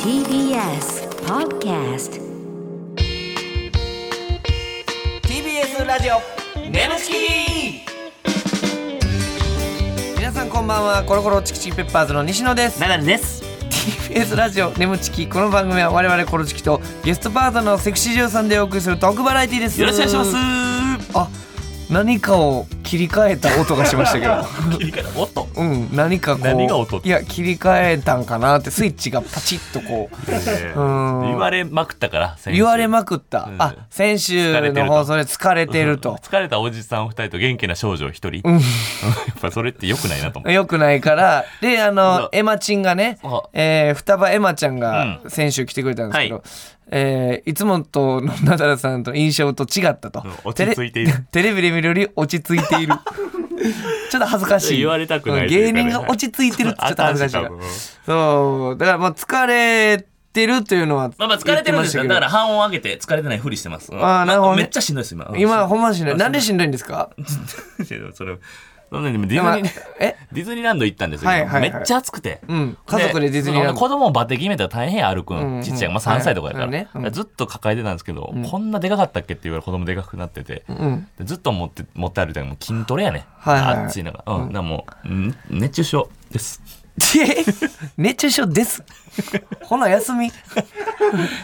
TBS Podcast TBS ラジオネムチキ皆さんこんばんはコロコロチキチキペッパーズの西野ですナダルです。 TBS ラジオネムチキこの番組は我々コロチキとゲストパートナーのセクシー女優さんでお送りするトークバラエティですよろしくお願いしすます。あ何かを切り替えた音がしましたけど切り替えた。おっと。うん何かこう何が音いや切り替えたんかなってスイッチがパチッとこううん言われまくったから。先週言われまくった、うんあ先週の放送で疲れてると疲れたおじさん二人と元気な少女一人。やっぱそれって良くないなと思う。よくないから。で、あそのう、エマチンがねあ、えー、双葉エマちゃんが先週来てくれたんですけど、はいえーいつもとのナダルさんと印象と違ったと。うん落ち着いているテレテレビで見るより落ち着いて いる。ちょっと恥ずかしい。言われたくないとい芸うかね人が落ち着いてるってちょっと恥ずかしいからあかんしそう。だから、まあ、疲れてるというのはまあまあ疲れてるんです言ってましたよ。だけどから半音上げて疲れてないふりしてます。あーなるほどねめっちゃ しんどいです今。今、ほんましんどい。なんでしんどいんです かいやでもそれ。そんなにでもデでもィズニーえディズニーランド行ったんですよ。はいはいはいめっちゃ暑くて。うん。家族でディズニーランド。子供をバテ決めたら大変や歩くうんうんんちっちゃいまあ3歳とかやから,、はいはいうんずっと抱えてたんですけど、こんなでかかったっけって言われる子供でかくなってて、うん。でずっと持って持って歩いたらもう筋トレやね、はいはいはい暑い中、うんだからもうん熱中症 ですえ 熱中症です。ほな、休み。い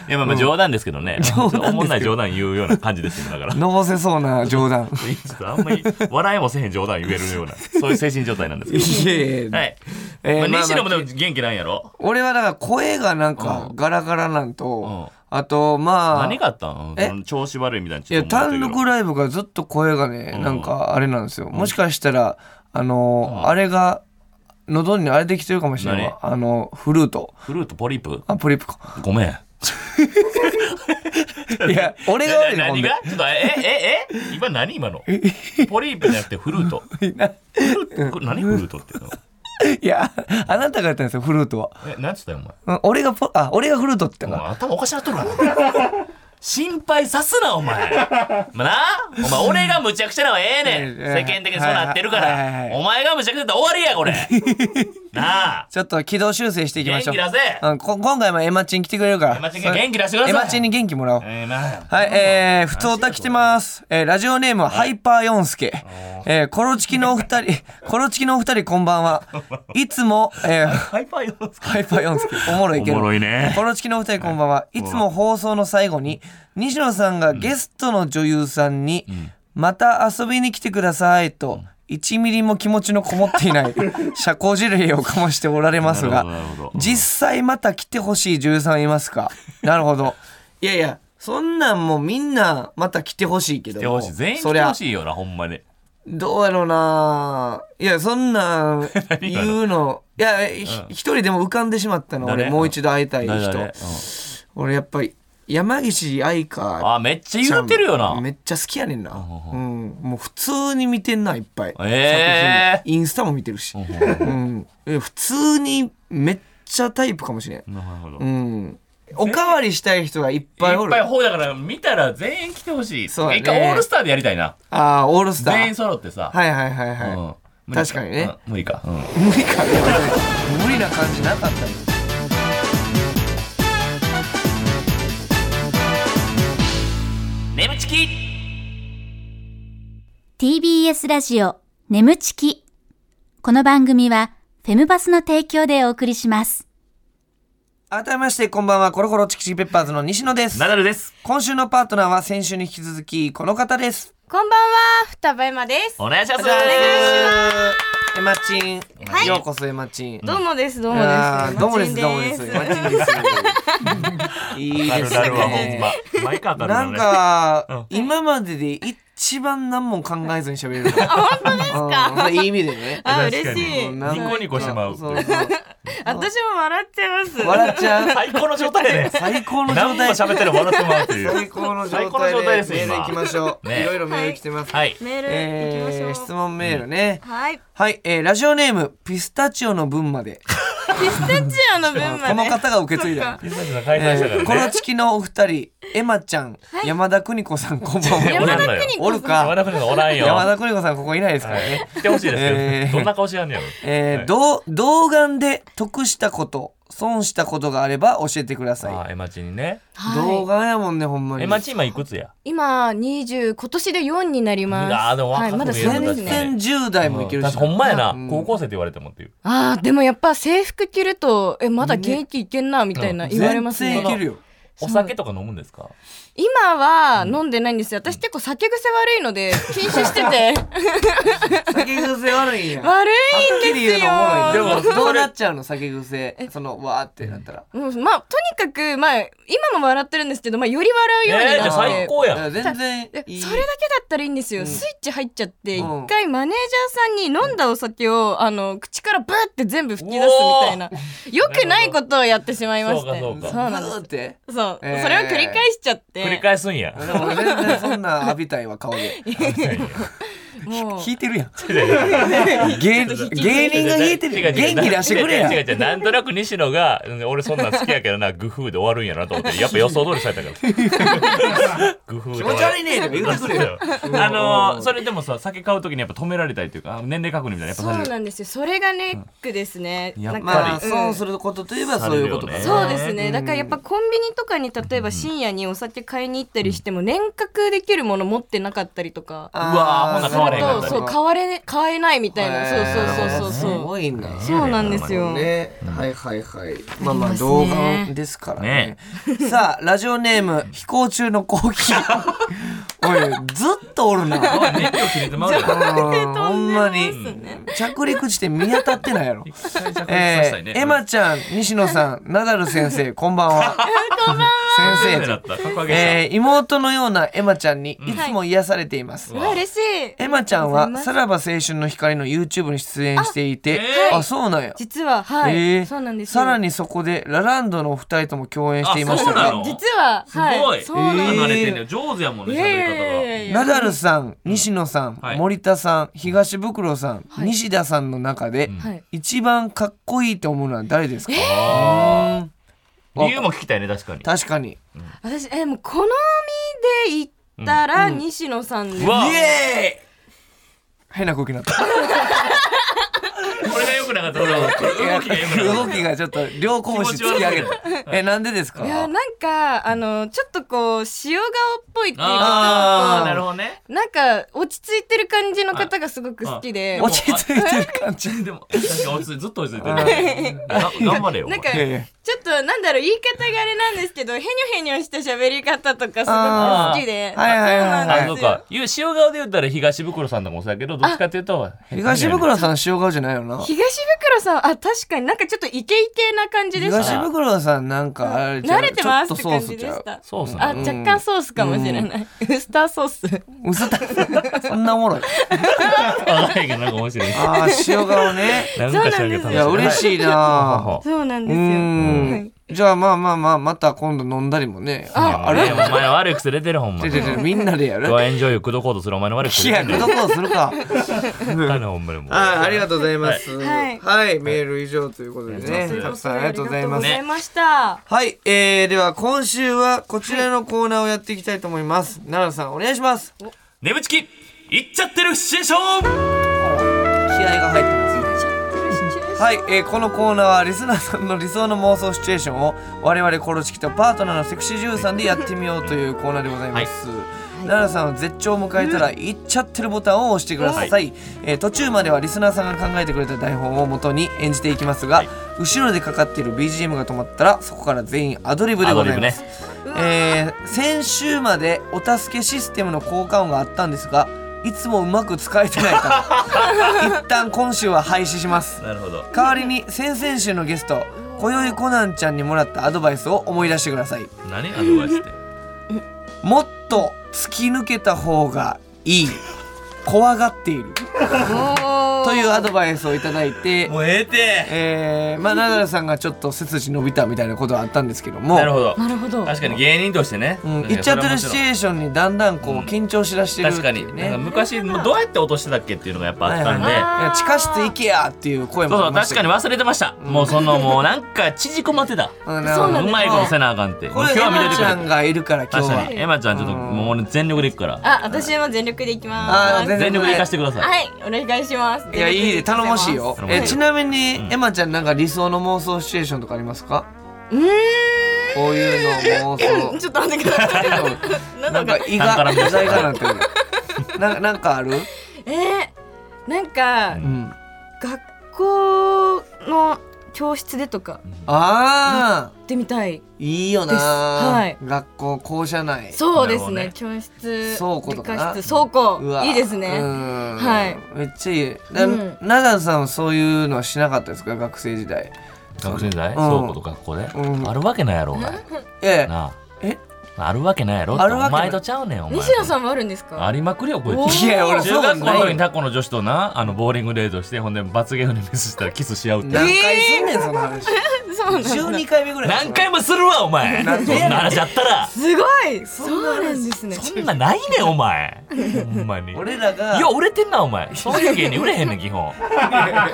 やまあまあ冗談ですけどね、冗談ですけどおもんない冗談言うような感じですよだから。 のぼせそうな冗談。ちょっとあんまり笑いもせへん冗談言えるようなそういう精神状態なんですけどいやいやはい、えーまあままああ西野もでも元気ないんやろ、俺はだから声がなんかガラガラなんと、あとまあ、何があったんえその調子悪いみたいないちょっや、と思って単るけど独ライブがずっと声がね、なんかあれなんですよ。もしかしたら、あのー、あれが、喉にあれできてるかもしれないわ。あの、フルート。フルートポリープあ、ポリプ か。ごめんいや、俺が悪いの、ほん何で。がちょっとええええ今何今のポリープじゃなくてフルートフルートこれ何フルートっていうのいや、あなたがやったんですよ、フルートは。え何つったよお前うん俺がポ、あ、俺がフルートって言おった前な。頭おかしなっとるわ心配さすなお前まあなお前俺がむちゃくちゃなはええねんええええ世間的にそうなってるかはいはいはいはいらお前がむちゃくちゃだったら終わりやこれ なあちょっと軌道修正していきま元しょう気。出せうん、こ今回もエマチン来てくれるから。エマチンが元気出してくださいエマチンに元気もらおう。ええまあはい、えー、ふつおた来てます。えー、ラジオネームはハイパーヨンスケ。えー、コロチキのお二人、 コロチキのお二人こんばん は。いつも、えー、ハイパーヨースハイパーヨンスケ、おもろいけど。おもろいねコロチキのお二人こんばんは。いつも放送の最後に、西野さんがゲストの女優さんに、また遊びに来てくださいと、1ミリも気持ちのこもってい ない社交辞令をかましておられますなるほどなるほがど、実際また来てほしい女優さんいます かなるほど。いやいや、そんなんもうみんなまた来てほしいけど。来てほしい全員来そりてゃほしいよなほんまにどうやろうないや、そんなん 言うの。いや、ひ一人でも浮かんでしまったの。誰俺、もう一度会いたい誰々人。俺、やっぱり、山岸愛うん香あめっちゃ言うてるよなめっちゃ好きやねんな。うん。もう普通に見てんな、いっぱい。えー作品インスタも見てるし。うん。え普通にめっちゃタイプかもしれん。なるほどうん。おかわりしたい人がいっぱいおいっる。ぱいあほうだから見たら全員来てほしい。そうだね一回オールスターでやりたいな。あー、オールスタ全員ー。揃ってさ。はいはいはいはい。うん無理確かにね。うん無理か。うん無理か 無理な感じなかったよ眠ちき TBS ラジオ眠ちきこの番組はフェムバスの提供でお送りします改めましてこんばんはコロコロチキチキペッパーズの西野ですナダルです。今週のパートナーは先週に引き続きこの方ですこんばんは、双葉エマです。お願いします。エマチン、ようこそエマチンどうもです、どうもあーです。どうもですどうもですエマチンですい いですナダルはほんねま。毎回当たるなんね。か今までで一番何も考えずに喋れる本当ですかいい意味でねあ、確か嬉にしい。うんあなんかニコニコしてまうそそ私も笑っちゃいます。笑っちゃう最高の状態で。最高の状何も態喋ってる笑ってもらうってい最う。高の状態最高の状態でですメール今行きましょう、ねいろいろメール来てます、はい。メール行きえまー、しょう。質問メールね、はい。はい、えー、ラジオネームピスタチオの分までピスタチオの分まで。この方が受け継いだ、ピザの解散したえーかコらロね。チキのお二人エマちゃん、山田邦子さん、こんばんいは。やおらんの山田よ邦子おるか山田邦子おらんよ。山田邦子さん、ここいないですからね。来てほしいですえけーど、どんな顔してやんねやろ。えはーいどう童顔で得したこと、損したことがあれば教えてくだあさあ、エマチンね。い。は童い。顔やもんね、ほんまに。エマチン今いくつや今二十今年で四になります。うわーでも若くはいまだ見えるそなう全です確かね。に然10代もいけるうんし。確かほんまやなうん。高校生って言われてもっていう。ああでもやっぱ制服着るとえまだ現役いけんなみたいなうん言われますね全。然いけるよ。お酒とか飲むんですか今は飲んでないんですよ。私結構酒癖悪いので禁酒してて 酒癖悪いんや。悪はっきいんり言うですのおもろいね。よ。でもどうなっちゃうの酒癖。その、わーってなったら。うんまあとにかくまあ今も笑ってるんですけどまあより笑うようにえーじゃあなって最。高やん。だから全然えいい。それだけだったらいいんですよ、スイッチ入っちゃって一、うん回マネージャーさんに飲んだお酒を、あの口からブーって全部吹き出すみたいなよくないことをやってしまいましてそうかそうかなずんですーって。そう、えーそれを繰り返しちゃって繰り返すん や。でも全然そんなん浴びたいわ、顔で。もう引いてるやん。芸 芸芸人が引いてるやん。元気出してくれや。違う違うん違うなんとなく西野がうん俺そんなん好きやけどなグフーで終わるんやなと思ってやっぱ予想通りされたから グフーで終わ気持るち悪いねとか言うてくれよあのーそれでもさ酒買う時にやっぱ止められたりというかあ年齢確認みたいなやっぱそうされるなんですよそれがネックですね、んやっぱりまなんあ、か損んすることといえばそういうことかされるよそうですね、だからやっぱコンビニとかに例えば深夜にお酒買いに行ったりしても年賀できるもの持ってなかったりとかあーうわーほんなら買われへんかったりそうそう買われね買えないみたいなそうそうそうそうすそうごいな。そうなんですよ。ね、はいはいはい。まあまああ、りますね動画ですからね。 さあ、ラジオネーム、飛行中のコー ヒー。おい、ずっとおるな。おい熱狂切れてまうようんほんまに着陸地点見当たってないやろ。えー、エマちゃん、西野さ ん、ナダル先生、 こんばんは。先生だった格上げしたえー妹のようなエマちゃんにいつも癒されています。うわ嬉しいエマちゃんありはがとうございますさらば青春の光の YouTube に出演していて、ああ,、えーそうなんや。実ははい、えーそうなんですよさらにそこでラランドのお二人とも共演していましたあそうなが、の実ははいすごいそうなんです、え慣れてんねん上手やもんねいやいやい喋やいりナやダルさん、西野さん、はい森田さん、東袋さん、はい西田さんの中で、はい一番かっこいいと思うのは誰ですか、方がうん理由も聞きたいね確かに確かに。私えもう好みで言ったら、西野さんです、うわエーイ変な空気になった。これが良くなかったこれ動きが良くなかった動きがちょっと両拳突き上げ気持た。え、なんでですかいやなんかあのちょっとこう塩顔っぽいっていうあかあなるほどねなんか落ち着いてる感じの方がすごく好きであ落ち着いてる感じ。でも 確かに落ち着いずっと落ち着いてるねが頑張れよお前なんかいやいやちょっとなんだろう言い方があれなんですけどへにょへにょした喋り方とかすごく好きであーはいはいはいはいあそそううなんですよかゆう塩顔で言ったら東袋さんとかもそうやけどどっちかっていうと東袋さん塩顔じゃないよな。東袋さんあ確かになんかちょっとイケイケな感じでした東袋さんなんかあれちゃう慣れてますちょっってとソース感ちじでゃうし。たそうっすねあ若干ソースかもしれ ないウスターソース嘘だ。 そんなおもろい。わかんないけどなんか面白いねああ、塩顔ね。なんか知らんけど楽 しいや、嬉いしいはなははそうなんうですよん、はいじゃあまあまあまあまた今度飲んだりもねああれお前悪い癖出てるほんまでででみんなでやるご援女優口説こうとするお前の悪いい癖や出てどるこをするかかなほんまにもうはいありがとうございますはいはい、メール以上ということでねはいたくさんありがとうございます、ありがとうございましたはい、えー、では今週はこちらのコーナーをやっていきたいと思います、奈良さんお願いします気眠ちきいっちゃってるシチュエーショ合ンが入ってますはい、えーこのコーナーはリスナーさんの理想の妄想シチュエーションを我々コロチキとパートナーのセクシージューさんでやってみようというコーナーでございます、奈良さんは絶頂を迎えたら行っちゃってるボタンを押してください、えー途中まではリスナーさんが考えてくれた台本を元に演じていきますが、はい後ろでかかっている BGM が止まったらそこから全員アドリブでございます、えー先週までお助けシステムの効果音があったんですがいつもうまく使えて ないから一旦今週は廃止しますなるほど代わりに先々週のゲスト今宵コナンちゃんにもらったアドバイスを思い出してください何アドバイスってもっと突き抜けた方がいい怖がっているおおーというアドバイスをいただいても、うええてえー、まあナダルさんがちょっと背筋伸びたみたいなことはあったんですけどもなるほどなるほど。確かに芸人としてねうん、言っちゃってるシチュエーションにだんだんこう緊張しだしてるって確かいにうなね、んか昔もうどうやって落としてたっけっていうのがやっぱあったんで、はいはいや地下室行けやっていう声そもうありそうました確かけにど忘れてましたもうそのもうなんか縮こまってたうんそうなんうですまいことせなあかんってこ今れ日は見エマといてちくゃれんがいるから今確日かはにエマちゃんちょっともう俺全力でいくからあ、私も全力で行きまあす。ー全力でいかしてくださいはい、お願いします。いやいいね頼もしいよ頼もしいえちなみに、エマちゃんなんか理想の妄想シチュエーションとかありますかうーこういうの妄ん。ち想ょっと待ってください。 なんなだんかか。胃が具材がなってるななんかあるえー、なんかう、ん学校の教室でとか、あ行ってみたい。ーいいよな、ですはい学校校舎内そうですなるね。ほ教室、倉庫とかな理科室、倉うわ庫。いいですうね。んはいめっちゃいいだうんナダルさんはそういうのはしなかったですか学生時代学生時代ん倉庫とかここでうんあるわけないやろお前ええなえああるわけないやろってあるわおけない前とちゃうねんお前西野さんもあるんですか。ありまくりよこいおつーいや俺そ中うなん学ない校の時によタコの女子となあのボーリングデートしてほんで罰ゲームでミスしたらキスし合うって何回すんねんその 話そうなんだ。 12回目ぐらい何回もするわお前そんな話あったらすごい。そうなんですね。そんなないねんお前ほんまに俺らがいや売れてんなお前そういう芸人売れへんねん基本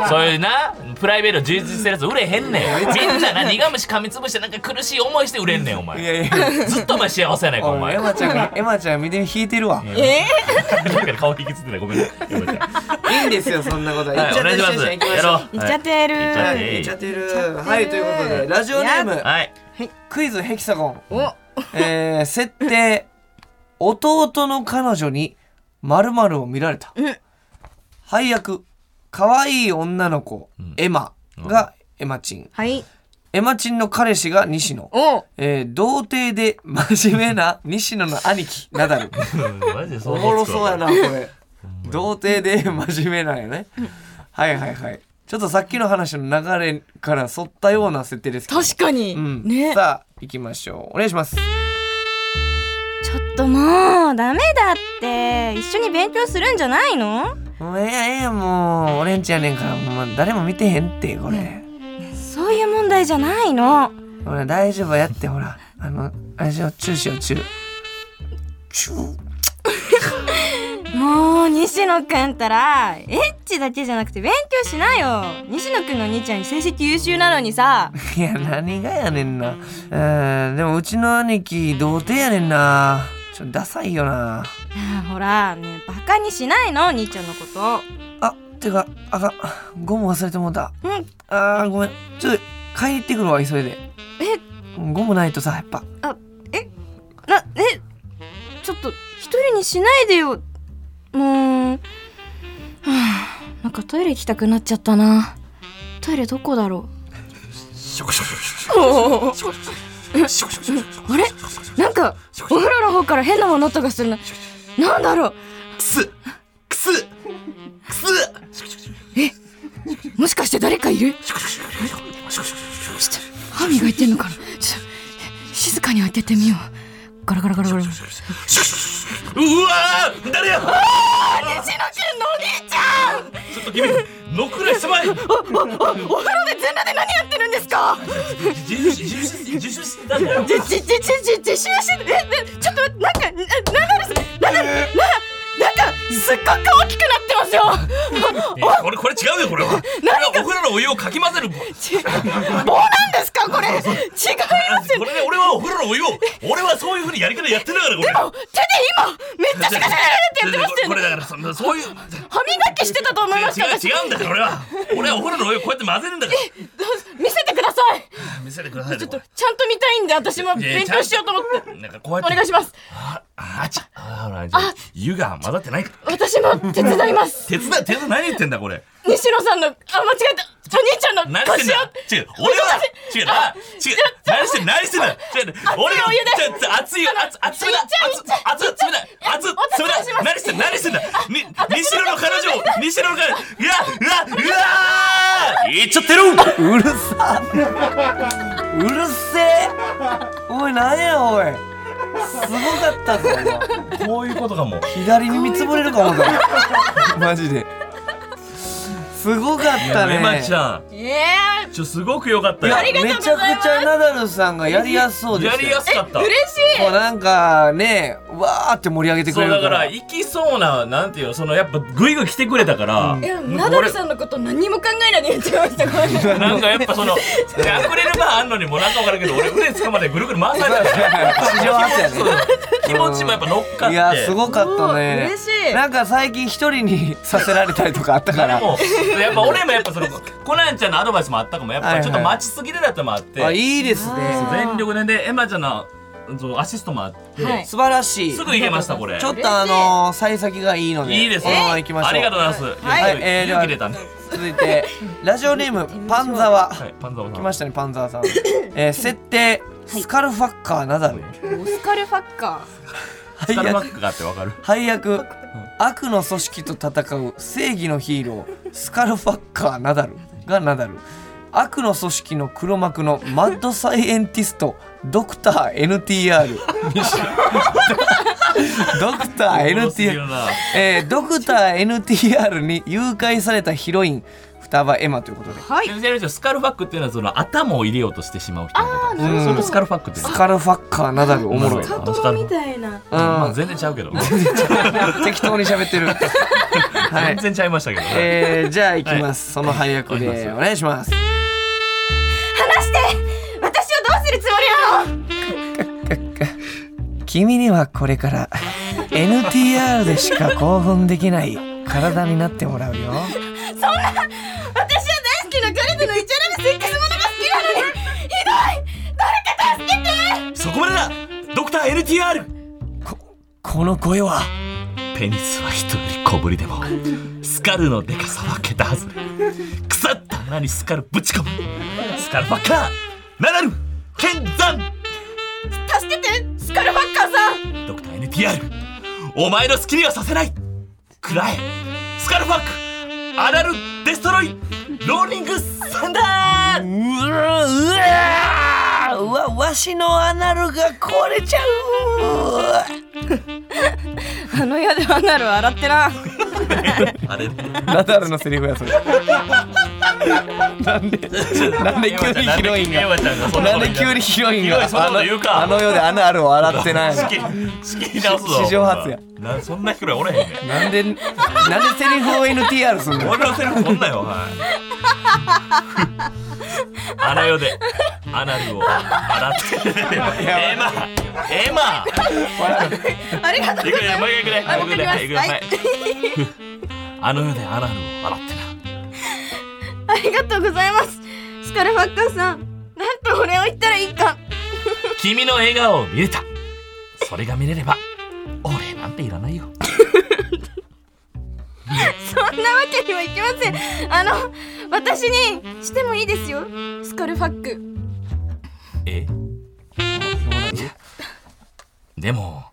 そういうなプライベート充実してるやつ売れへんねんみんなな苦虫噛みつぶしてなんか苦しい思いして売れんねんおい前やいやずっとお前幸せやないかおおい前エマちゃんがエマちゃん見て引いてるわええなんか顔引きつってないごめんねやめてはいいいんですよそんなことはお願いします行っちゃってるやろうー、行っちゃってる。行っちゃって行るっちゃってるはいということでラジオネームはいクイズヘキサゴンお。えー設定弟の彼女に〇〇を見られたうん配役可愛い女の子んエマがエマチンはい。エマチンの彼氏が西野お。えー童貞で真面目な西野の兄貴ナダルうんマジでそおうもろそうやなこれ童貞で真面目なんやねはいはいはいちょっとさっきの話の流れから沿ったような設定ですけど確かに。うん、ね。ちょさあ行きましょうお願いしますっともう、ダメだって。一緒に勉強するんじゃないのもうええやんええやんもう俺んちやねんからもう誰も見てへんってこれそういう問題じゃないの。ほら大丈夫やってほらあのあれしようチューしようチューチューもう、西野くんったら、エッチだけじゃなくて勉強しなよ。西野くんの兄ちゃん成績優秀なのにさ。いや何がやねんなうんでもうちの兄貴童貞やねんなちょっとダサいよなあーほら、ねバカにしないの、兄ちゃんのこと。あてかあかんゴム忘れてもうたうん。あーごめんちょっと買いに行ってくるわ急いでえ、ゴムないとさやっぱあ、え、な、え、ちょっと、一人にしないでよ。もう、はあ、なんかトイレ行きたくなっちゃったな。トイレどこだろう。おーあれなんか、お風呂の方から変なもの音がするな。なんだろうくすくすくすもしかして誰かいるちょっと、歯磨いてんのかなちょっと、静かに開けてみよう。ガラガラガラガラ。西野くんうわー誰やちょのお兄ちゃんっと君のくらいすまい お風呂で全裸で何やってるんですか自首自首し自首してたんだよじ、じ、じ、じ、じ、自習してて、え、えちょっと待って、なんか、な、なんだなんだ、な、なんか、すっごく大きくなってますよ えこれこれ違うよこれはこれはお風呂のお湯をかき混ぜるち棒なんですかこれ違いますよこれで俺はお風呂のお湯を俺はそういう風にやり方やってんだからこれ手で今、めっちゃシャカシャカシャカってやってましたよこねれだからそのそういう違う歯磨きしてたと思いました私違うんだから俺は俺はお風呂のお湯をこうやって混ぜるんだから見せてください見せてくださいちよょっと、ちゃんと見たいんで、私もいやいや勉強しようと思ってなんかこうおやって願いしますああちゃあほらじゃあ湯が混ざってないから私も手伝 います手伝い手伝い何言ってんだこれ西野さんの、あ、間違えたお兄ちゃんの何してん腰をだ違う俺は違うな違う何してん何してんだ違う俺がいちょ熱いよ熱い熱い熱い熱い冷たい熱い冷たい何してん何してんだに西野の彼女を西野の彼女うわうわうわいっちゃってるうるさうるせえおい何やおいすごかったぞ今こういうことかも左耳つぶれるかもだマジですごかったねエマちゃんええちょすごく良かったいよやありがとうめごちざゃいますくちゃナダルさんがやりやすそうでしやたりやすかった嬉しいもうなんかねわーって盛り上げてくそれうるかだらから行きそうななんていうのそのやっぱグイグイ来てくれたから、いやナダルさんのこと何も考えないで言ってましたごめんなさいなんかやっぱそのでアクリル板あんのにもなんか分からんけど俺腕つかまれてぐるぐる回されたから史上初やね気持ちもやっぱ乗っかっ ていやすごかったねおー嬉しいなんか最近一人に させられたりとかあったからでもやっぱ俺もやっぱそのコナンちゃんのアドバイスもあったかもやっはいぱはいちょっと待ちすぎてだってのもあって、あいいですあね全力ででエマちゃんのそうアシストもあって、はい素晴らしいすぐ行けましたこれちょっとあのー幸先がいいのでいいですこのねまま行きましょうありがとうございます、はいいえーでは勇気出たね続いてラジオネー ムパンザワはいパンザオさ来んましたねパンザワさんえー設定スカルファッカーナダルオスカルファッカスカ配ルバ役ックがあってわ かる配役悪の組織と戦う正義のヒーロースカルファッカーナダルがナダル悪の組織の黒幕のマッドサイエンティストドクター NTR ドクター NTR えー、ドクター NTR に誘拐されたヒロイン双葉エマということでーはちなみにスカルファックっていうのはその頭を入れようとしてしまう人のことなるほどそれをスカルファックって言うスのカルファッカーナダルおもろい、なるほ加ど藤みたいなまうあん、全然ちゃうけど適当に喋って るは全い、然ちゃいましたけどねえー、じゃあ行きます、その配役でお願いします話して私をどうするつもりなの君にはこれから NTR でしか興奮できない体になってもらうよそんな私は大好きな彼とのイチャラのセックスものが好きなのにひどい誰か助けてそこまでだドクター NTR この声はペニスは人より小ぶりでもスカルのデカさは桁外れ腐った穴にスカルぶち込むスカルファッカーナダル剣山助けてスカルファッカーさんドクター NTR お前の好きにはさせないクラエスカルファックアナルデストロイローリングサンダーうわうわわわしのアナルが壊れちゃうあの世でアナル洗ってなあれナダルのセリフやそれなんでなんで急にヒロインがなんで急にヒロインがそんなこと言うかあのあの世でアナルを洗ってない仕切仕切り直すぞ史上初やなそんな人らおれへんねんなんでなんでセリフを NTR すんの俺のセリフこんなよ、はい。アナヨで、アナルを洗って。エマエマありがとういくね、もう一回いくね。はいいくね、わかりますはいいくねはいあの世でアナルを洗ってありがとうございますスカルファッカーさんなんと俺を言ったらいいかな。君の笑顔を見れた。それが見れれば、俺なんていらないよ。そんなわけにはいきませんあの私にしてもいいですよスカルファックえでも、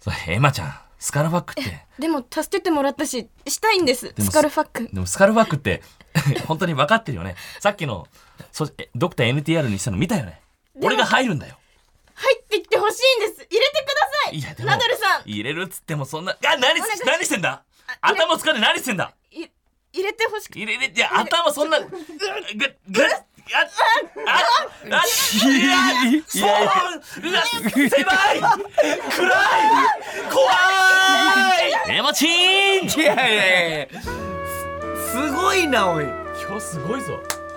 それエマちゃん、スカルファックって。 でも助けてもらったししたいんですもスカルファックでもスカルバックって 本当に分かってるよねさっきのそえドクター NTR にしたの見たよね俺が入るんだよ入ってきてほしいんです入れてくださいナダルさん入れるっつってもそんなあ何願い何してんだあ入れ頭使って何してんだい入れてほしく入れるいや頭そんなぐぐぐあああいやいやそううわ狭い暗い怖いエモチーンいやいやいやすすごいなおい今日すごいぞ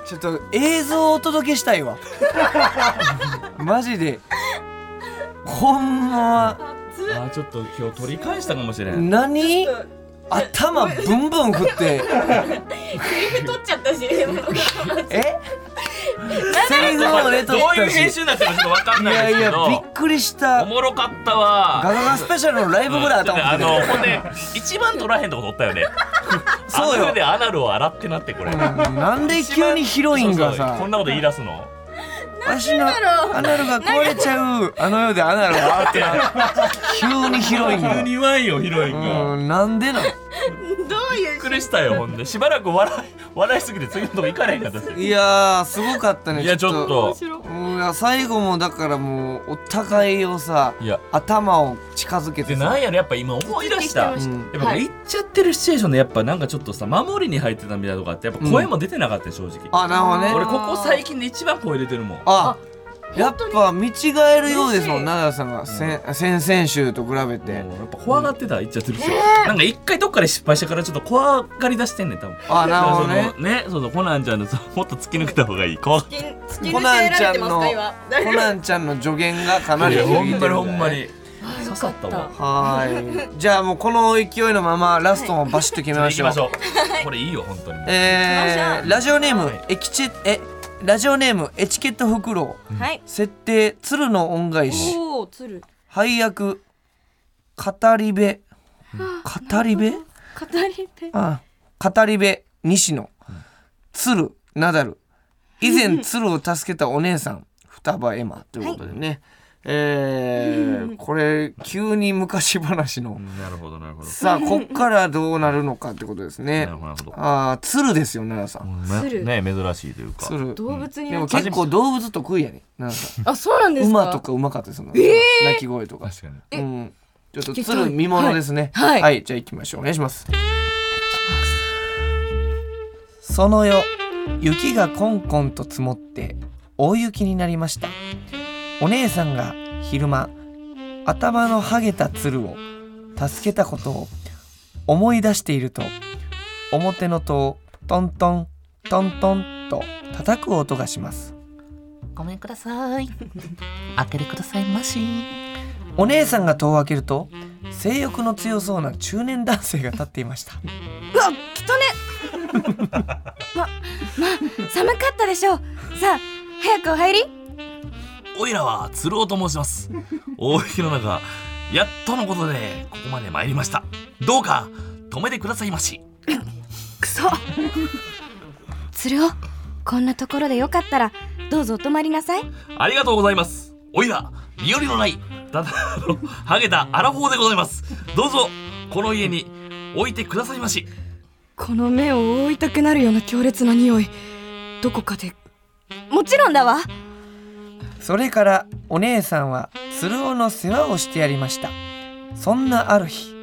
ちょっと映像をお届けしたいわマジでほんまあちょっと今日取り返したかもしれん何頭ブンブン振って取っちゃったし えセリフをねどう取いっうた編し集になってるのかわかんいなやいいですけやどびっくりしおたもろかったガわガガスペシャルのライブぐらい頭振あのってほんで一番取らへんとこ取ったよね そうよあの上でアナルを洗ってなってこれたうんなんで急にヒロインがそうそうさこんなこと言い出すのわしのろうアナルが壊れちゃうあの世でアナルがあってな急にヒロインが急にワインよヒロインがうんなんでなのどういうびっくりしたよほんでしばらく笑笑いすぎて次のとこ行かれへんかったですよいやーすごかったねいやちょっと白もういや最後もだからもうお互いをさいや頭を近づけでてさなんやろやっぱ今思い出したううんんやっぱはい行っちゃってるシチュエーションでやっぱなんかちょっとさ守りに入ってたみたいなとかあってやっぱ声も出てなかったよ正直、あなるほどね俺ここ最近で一番声出てるもんああやっぱ見違えるようですも嬉しいん奈良さんが、せん、先々週と比べて、もうやっぱ怖がってた行っちゃってる人、なんか一回どっかで失敗したからちょっと怖がり出してんねん多分あなるほどねそのねそうそうコナンちゃんのそうもっと突き抜けた方がいい怖がっ突コナンちゃんのコナンちゃんの助言がかなてりる響ほんいまてにるほんんだまねに刺さったわはーいじゃあもうこの勢いのままラストもバシッと 決めま行しきょうましょうこれいいよ本当にえー、ラジオネームエキチェえラジオネームエチケットフクロウはい設定鶴の恩返しおお鶴配役語り部語り部語り部ああ語り部西野鶴ナダル以前鶴を助けたお姉さん双葉エマということでね、えー、これ急に昔話のなるほどなるほどさあこっからどうなるのかってことですなねるほどなるほどああ鶴ですよ奈良さん鶴ね珍しいというか鶴動物にでなもっちゃう結構動物得意やね奈良さあそうなんでんすか馬とかうまかったですよ、鳴き声とか確かうにん、ちょっと鶴見ものですね。はいはいじゃあ行きましょう。お願いします。その夜、雪がコンコンと積もって大雪になりました。お姉さんが昼間、頭のハゲた鶴を助けたことを思い出していると、表の戸をトントントントンと叩く音がします。ごめんください。開けてくださいまし。お姉さんが戸を開けると性欲の強そうな中年男性が立っていましたうわきとねまま寒かったでしょうさあ早くお入りおいらは鶴尾と申します大雪の中やっとのことでここまで参りましたどうか止めてくださいましくそ鶴尾こんなところでよかったらどうぞお泊まりなさいありがとうございますおいら身寄りのないただのハゲたアラフォーでございますどうぞこの家に置いてくださいましこの目を覆いたくなるような強烈な匂いどこかでもちろんだわそれからお姉さんは鶴尾の世話をしてやりましたそんなある日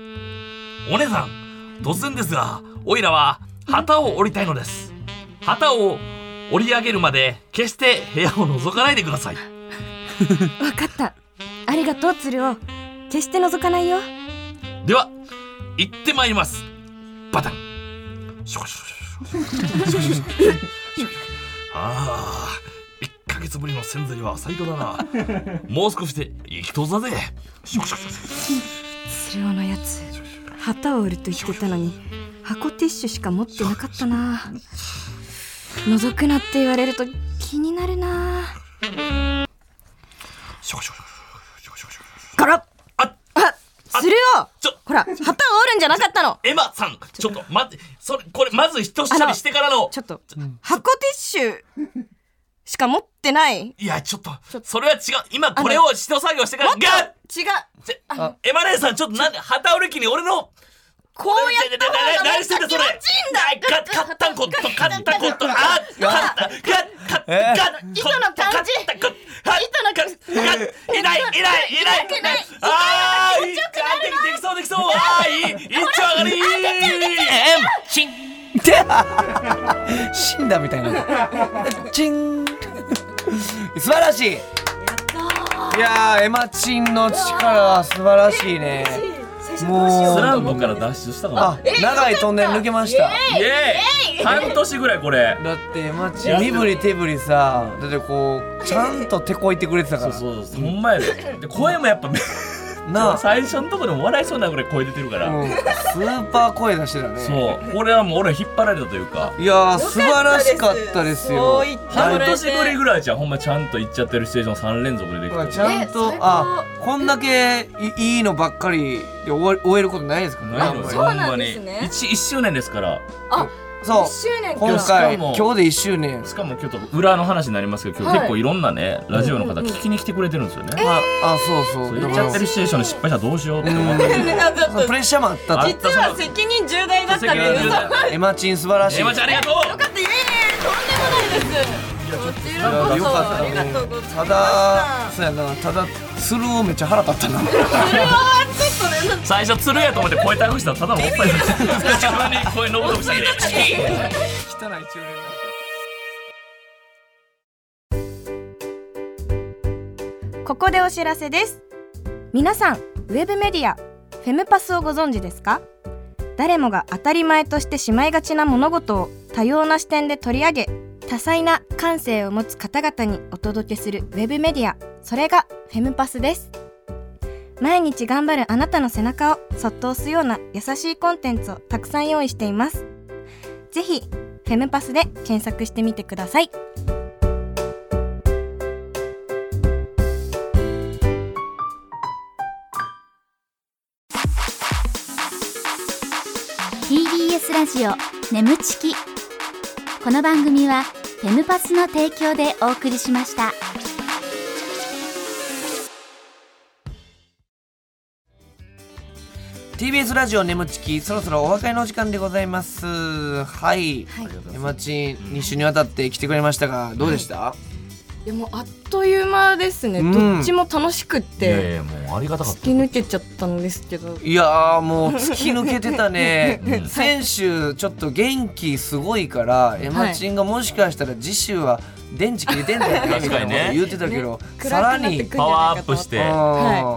お姉さん突然ですがおいらは旗を折りたいのです旗を折り上げるまで決して部屋を覗かないでくださいわかったありがとう鶴尾決して覗かないよでは行ってまいりますバタンシュコシュコシュコシュコシュコシュコシュコシュコシュコシュコああ1ヶ月ぶりの潜在は最高だなもう少しで行き通すだぜシュコシュコシュコシ鶴尾のやつ旗を売ると言ってたのに箱ティッシュしか持ってなかったな覗くなって言われると気になるュコなシュコシュコシュコシュコシュコシュコシュコシュガラあ鶴尾ちょほら旗を折るんじゃなかったのエマさんちょっと待ってそれこれまず一処理してからのちょっと箱ティッシュしか持ってないもいやちょっとそれは違う今これを一作業してからっとガッ違うちょエマ姉さんちょっとなんで旗折り機に俺のこうやった方がめ何っしちてゃん気だ持ちそれいいんだカッタンコットカッタンコットあカッタカッタカッ糸の感じ糸の感じいないいないいないあーいいできそうできそうあーいい一丁上がりチン。死んだみたいなチン素晴らしいいやーエマチンの力は素晴らしいねもスランうプから脱出したかあも長いトンネル抜けましたイエーイ半年ぐらいこれだってエマチン身振り手振りさだってこうちゃんと手こいてくれてたかそうらそうそうほんまやでで声もやっぱめなあ最初のとこでも笑いそうなぐらい声出てるから、うん、スーパー声出してたねそうこれはもう俺引っ張られたというかいやー素晴らしかったですよ半年ぶりぐらいじゃんほんまちゃんと行っちゃってるシチュエーション3連続でできだからてちゃんとあこんだけいいいのばっかりで終わ終えることないですからないのよそうほんなまんにですね 1, 周年ですからそう周年今しか回も今日で1周年しかも今日ちょっと裏の話になりますけど今日は結い構いろんなねラジオの方聞きに来てくれてるんですよね、まああそうそそうう言だっかちゃらってるシチュエーションに失敗したらどうしようって思ってるそのプレッシャーもあったあとったその責任重大だっ責任重大エマチン素晴らしいエマちゃんありがとういえいえとんでもないですいやこちよらこそかありったがねとうございたまだそうやなただスルーめっちゃ腹立ったな すちょっとね最初鶴やと思って声高くしたらただのおっぱいです 自分に声のぼとくしたけ汚どい中年だここでお知らせです皆さんウェブメディアフェムパスをご存知ですか誰もが当たり前としてしまいがちな物事を多様な視点で取り上げ多彩な感性を持つ方々にお届けするウェブメディアそれがフェムパスです毎日頑張るあなたの背中をそっと押すような優しいコンテンツをたくさん用意していますぜひフェムパスで検索してみてください TBS ラジオ眠ちきこの番組はフェムパスの提供でお送りしましたけ TBS ラジオ眠ちきそろそろお別れのお時間でございますはい、エマチン2週にわたって来てくれましたがどうでした、でもあっという間ですね、うんどっちも楽しくって、いやいやもうありがたかっ突き抜けちゃったんですけどいやーもう突き抜けてた ねうん先週ちょっと元気すごいからエマチンがもしかしたら次週は電池切れてんじゃ ないかみたいなこと言ってたけどねさら暗くなってにくたパワーアップしてあ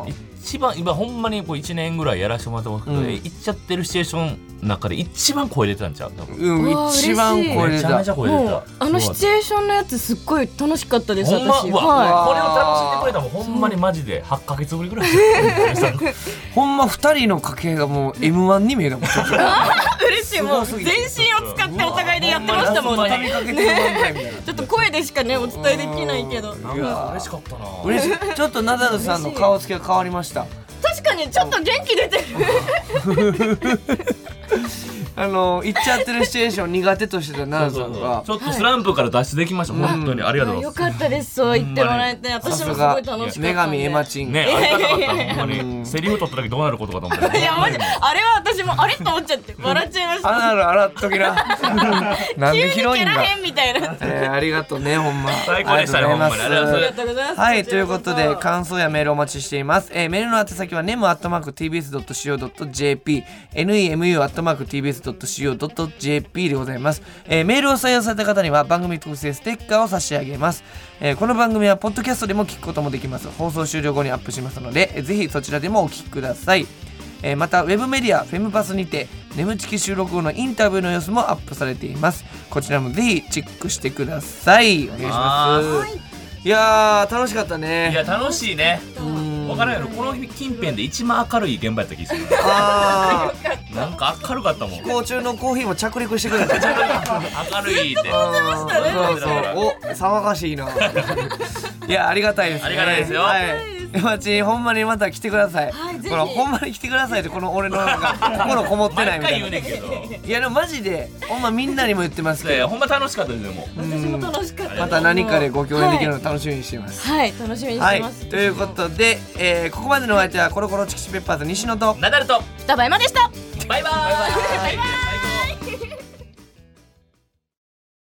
ー一番今ほんまにこう1年ぐらいやらせてもらってますけど、うん行っちゃってるシチュエーションの中で一番声出てたんちゃう多分うんうわー一番嬉しい声め出ちゃめたちゃ声出もたうあのシチュエーションのやつすっごい楽しかったですほんま、私うわ、はこれを楽しんでくれたもんほんまにマジで8ヶ月ぶりぐらいですよほんま二人の掛け合いがもう M1 に見えたもんい嬉しいもう全身を使って お互いでやってましたもんほんまねに畳みかけてる漫才みたいなちょっと声でしかねお伝えできないけどなんか 嬉しかったな嬉しいちょっとナダルさんの顔つきが変わりました確かにちょっと元気出てる あの行っちゃってるシチュエーション苦手としてたナダルさんがちょっとスランプから脱出できました、本当にありがとうございよます、かったですそう言ってもらえてさ私すもすごがい楽しかったんで女神エマチンねありがたかったほんまうにんセリフ取った時どうなることかと思ったいやマジあれは私もあれと思っちゃって笑っちゃいましたアナル洗っときな なんで急に広いん蹴らだへんみたいなえーありがとうね、ほんま。最高でしたねありがとうございほんまにありがとうございますありがとうございます。はい、ということで、感想やメールお待ちしています。えーメールの宛先は nemu.tbs.co.jp、nemu.tbs.co.jp でございます。えーメールを採用された方には番組特製ステッカーを差し上げます。えーこの番組はポッドキャストでも聞くこともできます。放送終了後にアップしますので、えーぜひそちらでもお聞きください。えーまたウェブメディアフェムパスにて眠ちき収録後のインタビューの様子もアップされていますこちらもぜひチェックしてくださいお願いしますいやー楽しかったいやね楽しいねうんわからんやろこの日近辺で一番明るい現場やった気がするあーなんか明るかったもん飛行中のコーヒーも着陸してくれた着陸明るいっそうてそうお騒がしいな いやありがたいですねありがたいですよはい山地ほんまにまた来てください、はいぜひこのほんまに来てくださいってこの俺のなんか心こもってない毎みた回いな言うねんけどいやでもマジでほんまみんなにも言ってますいやけいやどほんま楽しかったですよもう私も楽しかったです。また何かでご共演できるのを楽しみにしています。はい、楽しみにしはてい、ます。ということで、えーここまでのお相手はコロコロチキチキペッパーズ西野とナダルと双葉山でした。バイバーイ